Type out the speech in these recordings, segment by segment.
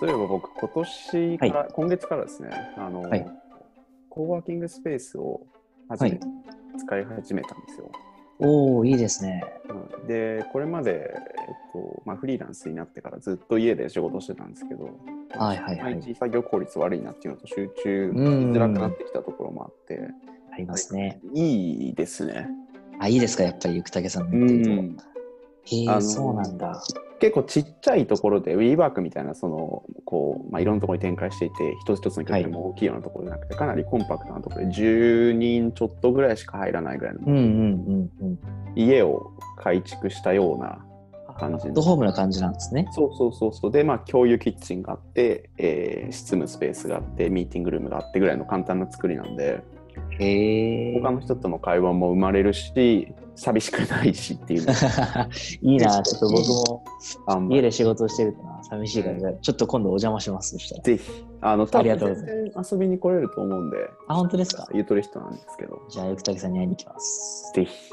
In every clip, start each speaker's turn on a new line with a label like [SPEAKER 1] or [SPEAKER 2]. [SPEAKER 1] そういえば僕、今年から、今月からですね、あの、
[SPEAKER 2] はい
[SPEAKER 1] コーワーキングスペースを初めて使い始めたんですよ。
[SPEAKER 2] おお、いいですね。
[SPEAKER 1] うんで、これまで、えっとまあ、フリーランスになってからずっと家で仕事してたんですけど、
[SPEAKER 2] はいはいはい
[SPEAKER 1] 毎日作業効率悪いなっていうのと集中しづらくなってきたところもあって、
[SPEAKER 2] ありますね。
[SPEAKER 1] いいですね。
[SPEAKER 2] あ、いいですか、やっぱり、ゆくたけさんの
[SPEAKER 1] う
[SPEAKER 2] 言ってると。
[SPEAKER 1] ん、
[SPEAKER 2] へえ、
[SPEAKER 1] あの
[SPEAKER 2] そうなんだ。
[SPEAKER 1] 結構ちっちゃいところで WeWork みたいなそのこう、まあ、いろんなところに展開していて一つ一つの拠点も大きいようなところじゃなくて、かなりコンパクトなところで10人ちょっとぐらいしか入らないぐらいの
[SPEAKER 2] うんうんうんうん。
[SPEAKER 1] 家を改築したような感じ
[SPEAKER 2] アッ
[SPEAKER 1] の
[SPEAKER 2] トホームな感じなんですね。
[SPEAKER 1] そうそうそうそうでまあ共有キッチンがあって、えー執務スペースがあってミーティングルームがあってぐらいの簡単な作りなんで
[SPEAKER 2] へえ
[SPEAKER 1] 他。の人との会話も生まれるし寂しくないしっていうのが
[SPEAKER 2] いいな、ちょっと僕も
[SPEAKER 1] あんま
[SPEAKER 2] 家
[SPEAKER 1] り
[SPEAKER 2] で仕事してるかな、寂しいから、じゃあちょっと今度お邪魔します、そしたら。
[SPEAKER 1] ぜひあの多
[SPEAKER 2] ありが
[SPEAKER 1] 分
[SPEAKER 2] とうござ
[SPEAKER 1] 全
[SPEAKER 2] い
[SPEAKER 1] 然遊びに来れると思うんで
[SPEAKER 2] あ、本当ですか
[SPEAKER 1] ゆとり人なんですけど
[SPEAKER 2] じゃあ、ゆくたけさんに会いに行きます。
[SPEAKER 1] ぜひ。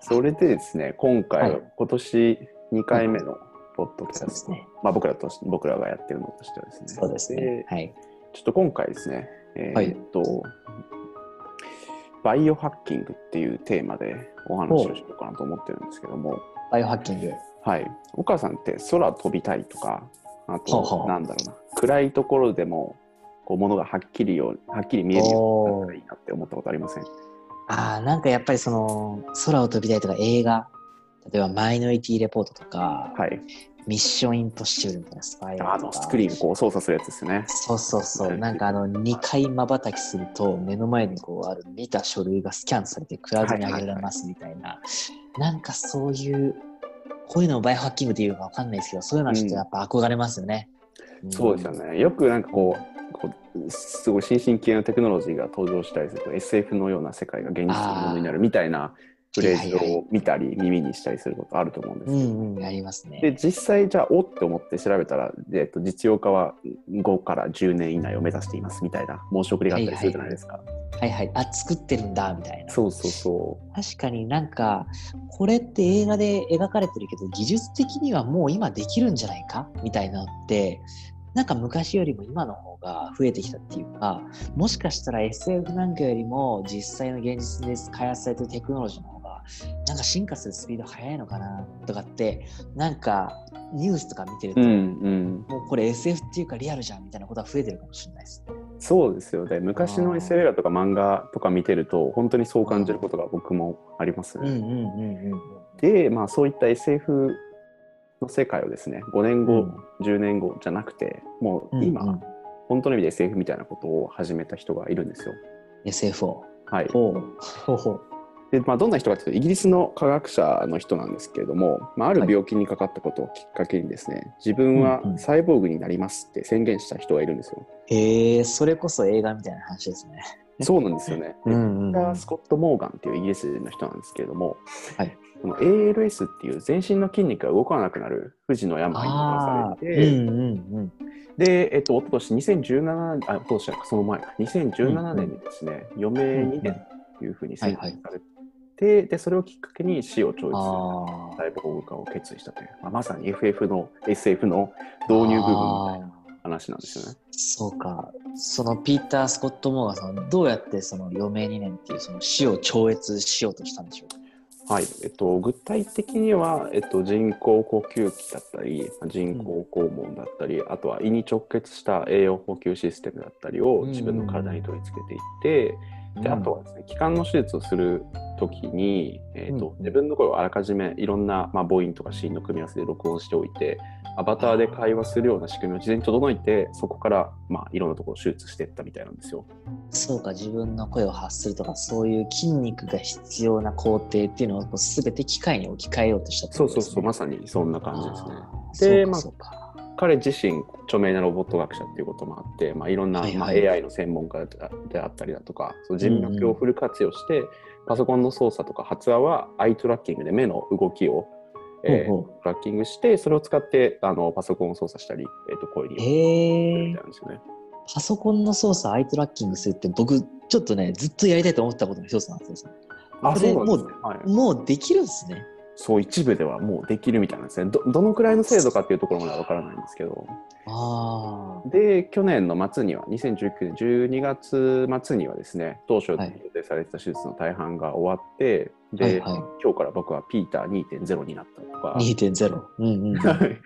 [SPEAKER 1] それでですね、今回、
[SPEAKER 2] はい
[SPEAKER 1] 今年2回目のポッドキ
[SPEAKER 2] そ
[SPEAKER 1] ャ
[SPEAKER 2] うで
[SPEAKER 1] ス
[SPEAKER 2] す
[SPEAKER 1] ト、
[SPEAKER 2] ね。
[SPEAKER 1] まあ、僕らとし僕らがやってるのとしてはですね、
[SPEAKER 2] そうですね
[SPEAKER 1] で。
[SPEAKER 2] はい。
[SPEAKER 1] ちょっと今回ですね、え
[SPEAKER 2] はい
[SPEAKER 1] ーっと、バイオハッキングっていうテーマでお話をしようかなと思ってるんですけども、
[SPEAKER 2] バイオハッキング。
[SPEAKER 1] はい、岡さんって空飛びたいとか、あ
[SPEAKER 2] ほうほ
[SPEAKER 1] と、
[SPEAKER 2] う
[SPEAKER 1] なんだろうな、暗いところでも、こう、ものがはっきりよう、はっきり見えるようになったらいいなって思ったことありません
[SPEAKER 2] ああ、なんかやっぱりその、空を飛びたいとか映画、例えばマイノリティレポートとか、
[SPEAKER 1] はい。
[SPEAKER 2] ミッションインポッシブルみたいなスパイラ
[SPEAKER 1] あ
[SPEAKER 2] ルと
[SPEAKER 1] の、
[SPEAKER 2] か
[SPEAKER 1] スクリーンこう操作するやつですよね。
[SPEAKER 2] そうそうそ
[SPEAKER 1] は
[SPEAKER 2] う。
[SPEAKER 1] い
[SPEAKER 2] なんかあの、2回瞬きすると、目の前にこうある見た書類がスキャンされて、クラウドに上げられますみたいな。なんかそういう、こういうのをバイオハッキングっていうのかわかんないですけど、そういうのはちょっとやっぱ憧れますよね。ん
[SPEAKER 1] そうですよ。ね。よくなんかこう、こうすごい新進気鋭のテクノロジーが登場したりすると SF のような世界が現実のものになるみたいなフレーズ
[SPEAKER 2] はいはいは
[SPEAKER 1] を見たり耳にしたりすることあると思うんです
[SPEAKER 2] う
[SPEAKER 1] けど、
[SPEAKER 2] んうん、ありますね。
[SPEAKER 1] で実際じゃあおって思って調べたら、でえっと、実用化は5から10年以内を目指していますみたいな申し送りがあったりするじゃないですか。
[SPEAKER 2] はいはい。あ、作ってるんだ、みたいな。
[SPEAKER 1] そうそうそ
[SPEAKER 2] 確かになんか、これって映画で描かれてるけど、技術的にはもう今できるんじゃないかみたいなのって、なんか昔よりも今の方が増えてきたっていうか、もしかしたら SF なんかよりも実際の現実で開発されてるテクノロジーの方が、なんか進化するスピード速いのかなとかって、なんかニュースとか見てる
[SPEAKER 1] う。
[SPEAKER 2] と、
[SPEAKER 1] うんうん。
[SPEAKER 2] もうこれ SF っていうかリアルじゃんみたいなことは増えてるかもしれないですね。
[SPEAKER 1] そうですよね。昔
[SPEAKER 2] あ
[SPEAKER 1] の
[SPEAKER 2] ー
[SPEAKER 1] SF だとか漫画とか見てると本当にそう感じることが僕もありますね。
[SPEAKER 2] うんうんうんうんうん。
[SPEAKER 1] で、まあ、そういった SF の世界をですね5年後、10年後じゃなくてもう今、
[SPEAKER 2] うんうん
[SPEAKER 1] 本当の意味で SF みたいなことを始めた人がいるんですよ。
[SPEAKER 2] SF を。
[SPEAKER 1] はい、
[SPEAKER 2] ほう。ほうほう。
[SPEAKER 1] で、まあ、どんな人かというとイギリスの科学者の人なんですけれども、まあ、ある病気にかかったことをきっかけにですね、自分は
[SPEAKER 2] うんうん
[SPEAKER 1] サイボーグになりますって宣言した人がいるんですよ。
[SPEAKER 2] へえ、それこそ映画みたいな話ですね。
[SPEAKER 1] そうなんですよね。
[SPEAKER 2] ん
[SPEAKER 1] ピータースコット・モーガンっていうイギリス人の人なんですけれども、
[SPEAKER 2] はい
[SPEAKER 1] この ALS っていう全身の筋肉が動かなくなる不治の病に侵
[SPEAKER 2] あ
[SPEAKER 1] さ
[SPEAKER 2] あ、う
[SPEAKER 1] れて、
[SPEAKER 2] んうんうん。
[SPEAKER 1] で、えっと、おととし2017、あ、おととしじゃなくてその前か、2017年にですね、余命2年というふうに宣
[SPEAKER 2] はいは
[SPEAKER 1] 言
[SPEAKER 2] い
[SPEAKER 1] されて、で、それをきっかけに死を超越する
[SPEAKER 2] ああ。
[SPEAKER 1] 大防護化を決意したという、まあ、まさに FF の SF の導入部分みたいな
[SPEAKER 2] あー
[SPEAKER 1] 話なんですよね。
[SPEAKER 2] そうか。そのピーター・スコット・モーガンさん、どうやってその余命2年っていうその死を超越しようとしたんでしょうか
[SPEAKER 1] はい、えっと、具体的には、えっと、人工呼吸器だったり、人工肛門だったり、あとは胃に直結した栄養補給システムだったりを自分の体に取り付けていって、であとはですね、気管の手術をするときに、えーと
[SPEAKER 2] うんうん
[SPEAKER 1] 自分の声をあらかじめいろんな、まあ、母音とか子音の組み合わせで録音しておいてアバターで会話するような仕組みを事前に整えてそこから、まあ、いろんなところを手術していったみたいなんですよ。
[SPEAKER 2] そうか、自分の声を発するとか、そういう筋肉が必要な工程っていうのをこう全て機械に置き換えようとしたって
[SPEAKER 1] そ
[SPEAKER 2] こ
[SPEAKER 1] うそ
[SPEAKER 2] と
[SPEAKER 1] う
[SPEAKER 2] ですね
[SPEAKER 1] そうまさにそんな感じですね。
[SPEAKER 2] あー
[SPEAKER 1] でまあ
[SPEAKER 2] そうか、そうか。
[SPEAKER 1] 彼自身著名なロボット学者っていうこともあって、まあ、いろんな、
[SPEAKER 2] はい
[SPEAKER 1] まあ、
[SPEAKER 2] はい
[SPEAKER 1] AI の専門家であったりだとかその人脈をフル活用して、パソコンの操作とか発話はアイトラッキングで目の動きを、えー
[SPEAKER 2] ほうほう
[SPEAKER 1] トラッキングしてそれを使ってあのパソコンを操作したり、えー、と声に
[SPEAKER 2] へえ
[SPEAKER 1] みたい。なんですよね。
[SPEAKER 2] パソコンの操作、アイトラッキングするって、僕、ちょっとね、ずっとやりたいと思ってたことの一つなんですよ。
[SPEAKER 1] あ
[SPEAKER 2] これ
[SPEAKER 1] そうなんですねはい
[SPEAKER 2] もうできるんですね。
[SPEAKER 1] そう一部ではもうできるみたいなんですねどどのくらいの精度かっていうところまでは分からないんですけど
[SPEAKER 2] ああ。
[SPEAKER 1] で去年の末には2019年12月末にはですね当初予
[SPEAKER 2] はい
[SPEAKER 1] 定されてた手術の大半が終わって、で、
[SPEAKER 2] はいは
[SPEAKER 1] 今日から僕はピーター2.0になったとか
[SPEAKER 2] い。2.0。うんうんうん。
[SPEAKER 1] はい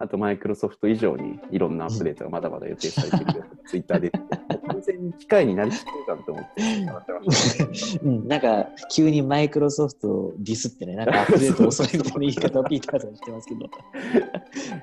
[SPEAKER 1] あとマイクロソフト以上にいろんなアップデートがまだまだ予定されて るよとか、ツイッターで完全に機械になりきってるかと思って笑ってましたね
[SPEAKER 2] うん、 なんか急にマイクロソフトをディスってね、なんかアップデート遅いみたいな言い方をピーターさんしてますけど、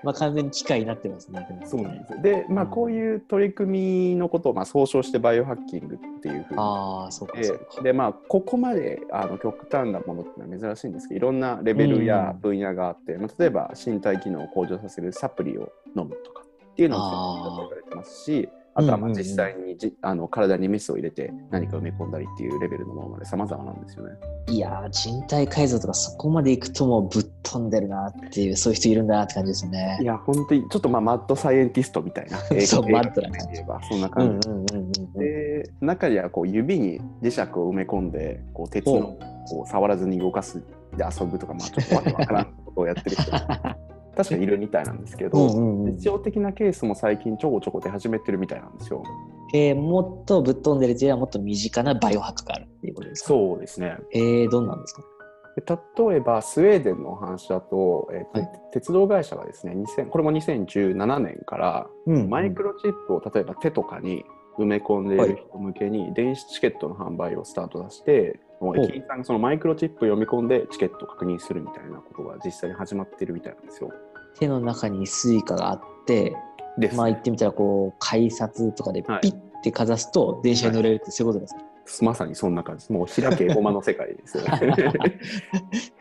[SPEAKER 2] まあ完全に機械になってますね。
[SPEAKER 1] そうなんですよで、まあ、こういう取り組みのことをまあ総称してバイオハッキングっていうふうに
[SPEAKER 2] ああ、そうかそうか。
[SPEAKER 1] ででまあここまであの極端なものってのは珍しいんですけどいろんなレベルや
[SPEAKER 2] うん
[SPEAKER 1] 分野があって、まあ、例えば身体機能を向上させるサプリを飲むとかっていうの
[SPEAKER 2] あー
[SPEAKER 1] もやってますしあとはまあ
[SPEAKER 2] うんうんうん
[SPEAKER 1] 実際にじ、あの体にメスを入れて何か埋め込んだりっていうレベルのものまで様々なんですよね。
[SPEAKER 2] いやー、人体改造とかそこまでいくともうぶっ飛んでるなっていう、そういう人いるんだなって感じですね
[SPEAKER 1] い。や本当にちょっとまあマッドサイエンティストみたいな
[SPEAKER 2] そう
[SPEAKER 1] 映画
[SPEAKER 2] マッドな感じ
[SPEAKER 1] 映画そんな
[SPEAKER 2] うん
[SPEAKER 1] 感
[SPEAKER 2] うん
[SPEAKER 1] じ、
[SPEAKER 2] うんうんうん。
[SPEAKER 1] で中にはこう指に磁石を埋め込んでこう鉄のこう触らずに動かすで遊ぶとか、まあ、ちょっとわけわからんことをやってる 人確かにいるみたいなんですけ
[SPEAKER 2] う
[SPEAKER 1] ど、
[SPEAKER 2] んうんうん
[SPEAKER 1] 実用的なケースも最近ちょこちょこ出始めてるみたいなんですよ。
[SPEAKER 2] えーもっとぶっ飛んでるというよりはもっと身近なバイオハックがあるっていうことですか
[SPEAKER 1] そうですね
[SPEAKER 2] えー、どんなんですか
[SPEAKER 1] で例えばスウェーデンのお話だと、えーと
[SPEAKER 2] はい
[SPEAKER 1] 鉄道会社がですね2000これも2017年から
[SPEAKER 2] うん
[SPEAKER 1] マイクロチップを例えば手とかに埋め込んでいる人向けに電子チケットの販売をスタートさせて、もう駅員さんがそのマイクロチップを読み込んでチケットを確認するみたいなことが実際に始まってるみたいなんですよ。
[SPEAKER 2] 手の中にスイカがあって、
[SPEAKER 1] です
[SPEAKER 2] まあ言ってみたらこう改札とかで
[SPEAKER 1] はい
[SPEAKER 2] ピッてかざすと電車に乗れるってそういうことですか、
[SPEAKER 1] まさにそんな感じですもう開けごまの世界ですよね。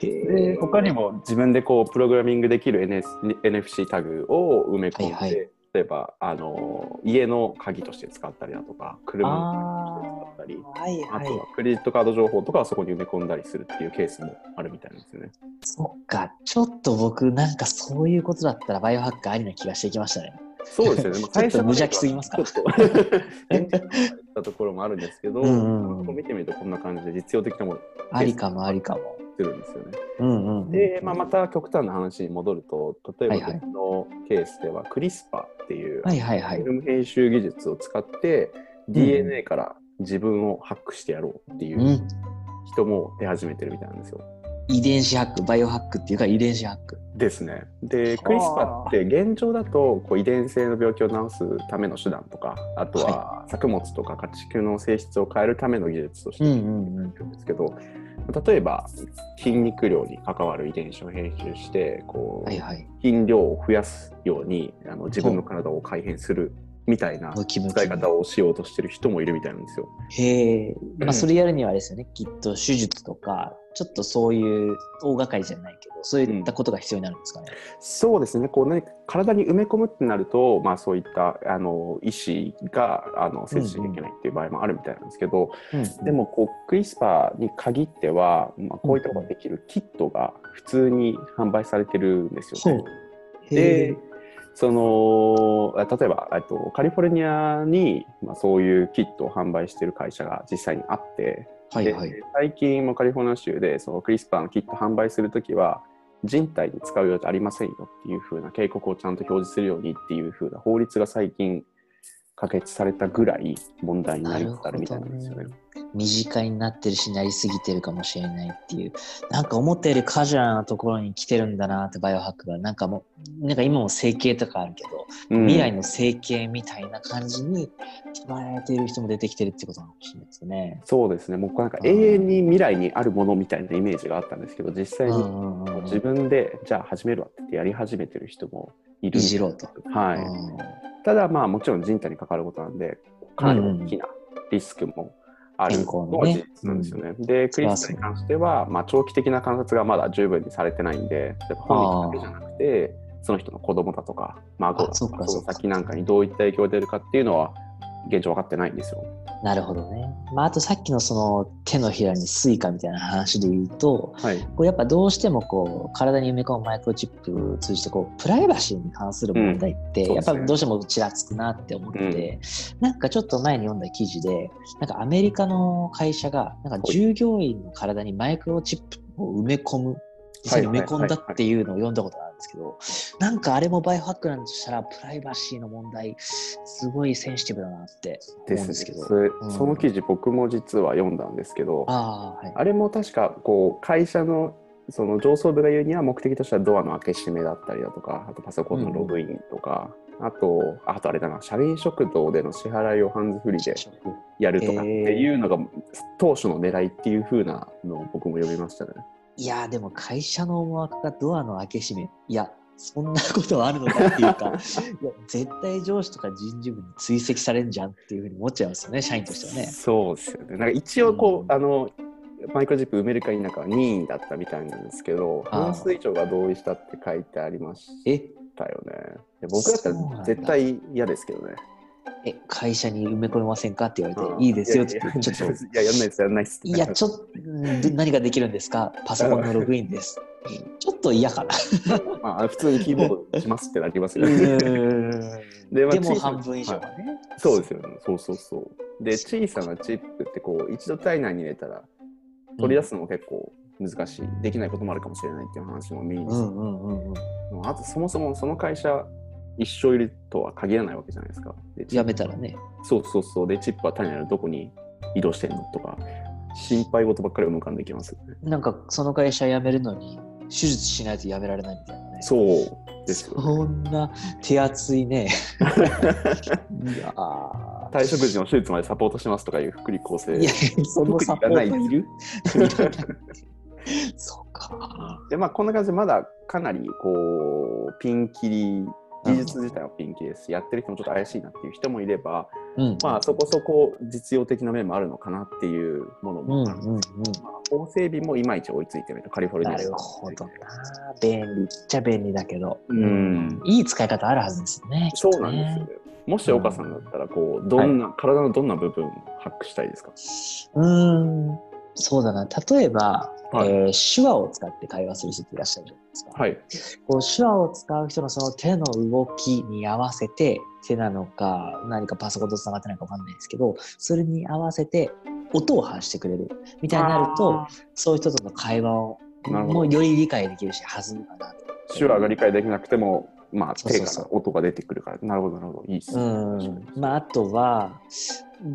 [SPEAKER 2] へ
[SPEAKER 1] で他にも自分でこうプログラミングできる NS NFC タグを埋め込んで、
[SPEAKER 2] はいはい
[SPEAKER 1] 例えばあの家の鍵として使ったりだとか車の鍵として使ったり
[SPEAKER 2] はい
[SPEAKER 1] あ
[SPEAKER 2] は
[SPEAKER 1] と
[SPEAKER 2] い
[SPEAKER 1] はクレジットカード情報とかはそこに埋め込んだりするっていうケースもあるみたいなんですよね。
[SPEAKER 2] そっかちょっと僕なんかそういうことだったらバイオハックありな気がしてきましたね
[SPEAKER 1] そうですよね。まあ
[SPEAKER 2] ちょっと無邪気すぎますか
[SPEAKER 1] ちょっと 現 地に行ったところもあるんですけど、
[SPEAKER 2] うんうんうん
[SPEAKER 1] こう見てみるとこんな感じで実用的なものが
[SPEAKER 2] ありかもありかも
[SPEAKER 1] 出てるんですよね。
[SPEAKER 2] うんうんうん
[SPEAKER 1] で、まあ、また極端な話に戻ると、例えば
[SPEAKER 2] はいはい
[SPEAKER 1] 僕のケースではクリスパっていう
[SPEAKER 2] はいはいはい
[SPEAKER 1] フィルム編集技術を使って
[SPEAKER 2] ん
[SPEAKER 1] DNA から自分をハックしてやろうっていううん人も出始めてるみたいなんですよ。
[SPEAKER 2] 遺伝子ハックバイオハックっていうか遺伝子ハック
[SPEAKER 1] ですね。で、
[SPEAKER 2] はあ
[SPEAKER 1] クリスパって現状だとこう遺伝性の病気を治すための手段とか、あとは作物とか家畜の性質を変えるための技術として
[SPEAKER 2] うん
[SPEAKER 1] 出
[SPEAKER 2] う
[SPEAKER 1] てくる
[SPEAKER 2] んうん
[SPEAKER 1] んですけど、例えば筋肉量に関わる遺伝子を編集して、こう、
[SPEAKER 2] はいはい
[SPEAKER 1] 筋量を増やすようにあの自分の体を改変するみたいな
[SPEAKER 2] ムキムキ
[SPEAKER 1] 使い方をしようとしてる人もいるみたいなんですよ。
[SPEAKER 2] へえ、
[SPEAKER 1] う
[SPEAKER 2] まあ、
[SPEAKER 1] ん
[SPEAKER 2] それやるにはあれですよね、きっと手術とかちょっとそういう大掛かりじゃないけどそういったことが必要になるんですかね、
[SPEAKER 1] そうですねこう何か体に埋め込むってなると、まあ、そういったあの医師があの接しなきゃいけないっていう場合もあるみたいなんですけど、でもこうクリスパーに限っては、まあ、こういったことができるキットが普通に販売されてるんですよね。
[SPEAKER 2] へ
[SPEAKER 1] で
[SPEAKER 2] え
[SPEAKER 1] そのあ例えばえっとカリフォルニアに、まあ、そういうキットを販売してる会社が実際にあって、
[SPEAKER 2] はいはい
[SPEAKER 1] で最近もカリフォルニア州でそのクリスパーのキット販売するときは人体に使うようじゃありませんよっていう風な警告をちゃんと表示するようにっていう風な法律が最近可決されたぐらい問題になりつつあるみたいなんですよね。
[SPEAKER 2] 身近になってるしなりすぎてるかもしれないっていうなんか思ったよりカジュアルなところに来てるんだなってバイオハックがなんかもうなんか今も整形とかあるけど、
[SPEAKER 1] うん
[SPEAKER 2] 未来の整形みたいな感じに捉えてる人も出てきてるってことなのかもしれないですね。
[SPEAKER 1] そうですねもうなんか永遠に未来にあるものみたいなイメージがあったんですけど実際
[SPEAKER 2] う
[SPEAKER 1] に
[SPEAKER 2] んうんうんうん
[SPEAKER 1] 自分でじゃあ始めるわって言ってやり始めてる人もいる
[SPEAKER 2] いじろうと。
[SPEAKER 1] は
[SPEAKER 2] う
[SPEAKER 1] い、
[SPEAKER 2] ん
[SPEAKER 1] ただまあもちろん人体に関わることなんでかなり大きなリスクもある
[SPEAKER 2] 健康のね
[SPEAKER 1] のは事実なんですよね。でクリスタに関しては、まあ、長期的な観察がまだ十分にされてないんで例えば本人だけじゃなくてその人の子供だとか孫だ
[SPEAKER 2] あそ
[SPEAKER 1] と
[SPEAKER 2] う
[SPEAKER 1] か
[SPEAKER 2] か
[SPEAKER 1] そ
[SPEAKER 2] そう
[SPEAKER 1] の
[SPEAKER 2] か
[SPEAKER 1] 先なんかにどういった影響が出るかっていうのは現状分かってないんですよ。
[SPEAKER 2] なるほどね。まあ、あとさっきのその手のひらにスイカみたいな話で言うと、
[SPEAKER 1] はい、
[SPEAKER 2] こうやっぱどうしてもこう体に埋め込むマイクロチップを通じてこうプライバシーに関する問題って、
[SPEAKER 1] うん
[SPEAKER 2] やっ
[SPEAKER 1] そ
[SPEAKER 2] ぱ
[SPEAKER 1] うですね
[SPEAKER 2] どうしてもちらつくなって思ってて、なんかちょっと前に読んだ記事で、なんかアメリカの会社がなんか従業員の体にマイクロチップを埋め込む実際に埋め込んだっていうのを読んだことがあるんですけど、なんかあれもバイオハックなんだとしたら、プライバシーの問題、すごいセンシティブだなって
[SPEAKER 1] で
[SPEAKER 2] 思うんです
[SPEAKER 1] す
[SPEAKER 2] け
[SPEAKER 1] ね
[SPEAKER 2] ど。
[SPEAKER 1] それ
[SPEAKER 2] うん
[SPEAKER 1] その記事僕も実は読んだんですけど、
[SPEAKER 2] ああ、はい。
[SPEAKER 1] あれも確かこう会社のその上層部が言うには目的としてはドアの開け閉めだったりだとかあとパソコンのログインとか、あとああとあれだな社員食堂での支払いをハンズフリーでやるとかっていうのが当初の狙いっていう風なのを僕も読みましたね。
[SPEAKER 2] いやーでも会社の思惑がドアの開け閉めいやそんなことはあるのかってい うかいや絶対上司とか人事部に追跡されんじゃんっていうふうに思っちゃいますよね社員としてはね。
[SPEAKER 1] そうですよね。なんか一応こう、
[SPEAKER 2] うん
[SPEAKER 1] あのマイクロジップ埋めるか否かは任意だったみたいなんですけど、
[SPEAKER 2] あー
[SPEAKER 1] 半数以上が同意したって書いてありまし
[SPEAKER 2] え
[SPEAKER 1] たよね。で僕だった
[SPEAKER 2] そうなんだ
[SPEAKER 1] ら絶対嫌ですけどね。
[SPEAKER 2] え会社に埋め込めませんかって言われ
[SPEAKER 1] あ
[SPEAKER 2] て「
[SPEAKER 1] ー
[SPEAKER 2] いいですよ」って言って
[SPEAKER 1] い
[SPEAKER 2] ち
[SPEAKER 1] や
[SPEAKER 2] ょ
[SPEAKER 1] いや
[SPEAKER 2] っと
[SPEAKER 1] いややんないですやんないですって
[SPEAKER 2] いやちょっとうんど何ができるんですかパソコンのログインです。ちょっと嫌かな。
[SPEAKER 1] まあ普通にキーボードしますってなりますよ ね。
[SPEAKER 2] で
[SPEAKER 1] でまあ小
[SPEAKER 2] も
[SPEAKER 1] さな
[SPEAKER 2] 半分以上はね。
[SPEAKER 1] そうですよね。そうそうそう。で小さなチップってこう一度体内に入れたら取り出すのも結構難しい、できないこともあるかもしれないっていう話も見に
[SPEAKER 2] うんうんうんうん。
[SPEAKER 1] あとそもそもその会社一生いるとは限らないわけじゃないですか。でチッ
[SPEAKER 2] やめたらね。
[SPEAKER 1] そうそうそう。で、チップは単なるどこに移動してんのとか、心配事ばっかり浮かんできますよね。
[SPEAKER 2] なんかその会社辞めるのに手術しないと辞められないみたいなね。
[SPEAKER 1] そうですよ、ね。
[SPEAKER 2] そんな手厚 いね。いやー
[SPEAKER 1] 退職時の手術までサポートしますとかいう福利厚生
[SPEAKER 2] いや、そのサポートいるそうか。
[SPEAKER 1] でまあこんな感じでまだかなりこうピンキリ技術自体はピンキリですしやってる人もちょっと怪しいなっていう人もいれば
[SPEAKER 2] うん。
[SPEAKER 1] まあそこそこ実用的な面もあるのかなっていうもの
[SPEAKER 2] うん
[SPEAKER 1] も
[SPEAKER 2] う
[SPEAKER 1] ある、
[SPEAKER 2] んうん。
[SPEAKER 1] 法整備もいまいち追いついてないとカリフォルニア
[SPEAKER 2] な
[SPEAKER 1] で
[SPEAKER 2] る
[SPEAKER 1] は
[SPEAKER 2] ほどな。便利っちゃ便利だけど、
[SPEAKER 1] うん
[SPEAKER 2] いい使い方あるはずですよね。
[SPEAKER 1] そうなんですよねもし岡さんだったらこうどんな、体のどんな部分をハックしたいですか
[SPEAKER 2] うーん。そうだな。例えば、
[SPEAKER 1] はい
[SPEAKER 2] えー手話を使って会話する人っていらっしゃるじゃないですか。
[SPEAKER 1] はい
[SPEAKER 2] こう手話を使う人のその手の動きに合わせて手なのか何かパソコンとつながってないのかわかんないですけどそれに合わせて音を発してくれるみたいになると
[SPEAKER 1] あ
[SPEAKER 2] そういう人との会話を
[SPEAKER 1] ーなるほど
[SPEAKER 2] もうより理解できるし弾むかなと。
[SPEAKER 1] 手話が理解できなくてもまあ
[SPEAKER 2] そうそ
[SPEAKER 1] 手
[SPEAKER 2] う
[SPEAKER 1] か
[SPEAKER 2] そう
[SPEAKER 1] ら音が出てくるからなるほどなるほどいいです
[SPEAKER 2] う
[SPEAKER 1] ね
[SPEAKER 2] んまあ、あとは、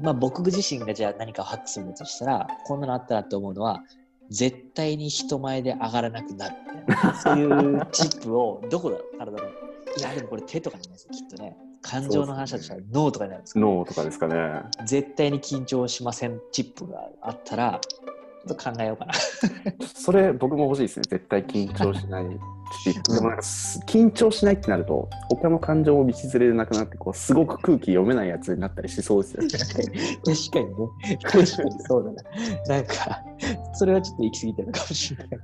[SPEAKER 2] まあ、僕自身がじゃあ何かをハックするんだとしたらこんなのあったらって思うのは絶対に人前で上がらなくなるみたいなそういうチップをどこだろう体のいやでもこれ手とかじゃないですよきっとね感情の話だとしたら脳とかになるんですけど、
[SPEAKER 1] 脳とかですかね
[SPEAKER 2] 絶対に緊張しませんチップがあったらちょっと考えよう かな
[SPEAKER 1] それ僕も欲しいですね絶対緊張しないしでもなんかす緊張しないってなると他の感情も道連れでなくなってこうすごく空気読めないやつになったりしそうですよね
[SPEAKER 2] 確かにね確かにそうだななんかそれはちょっと行き過ぎてるかもしれない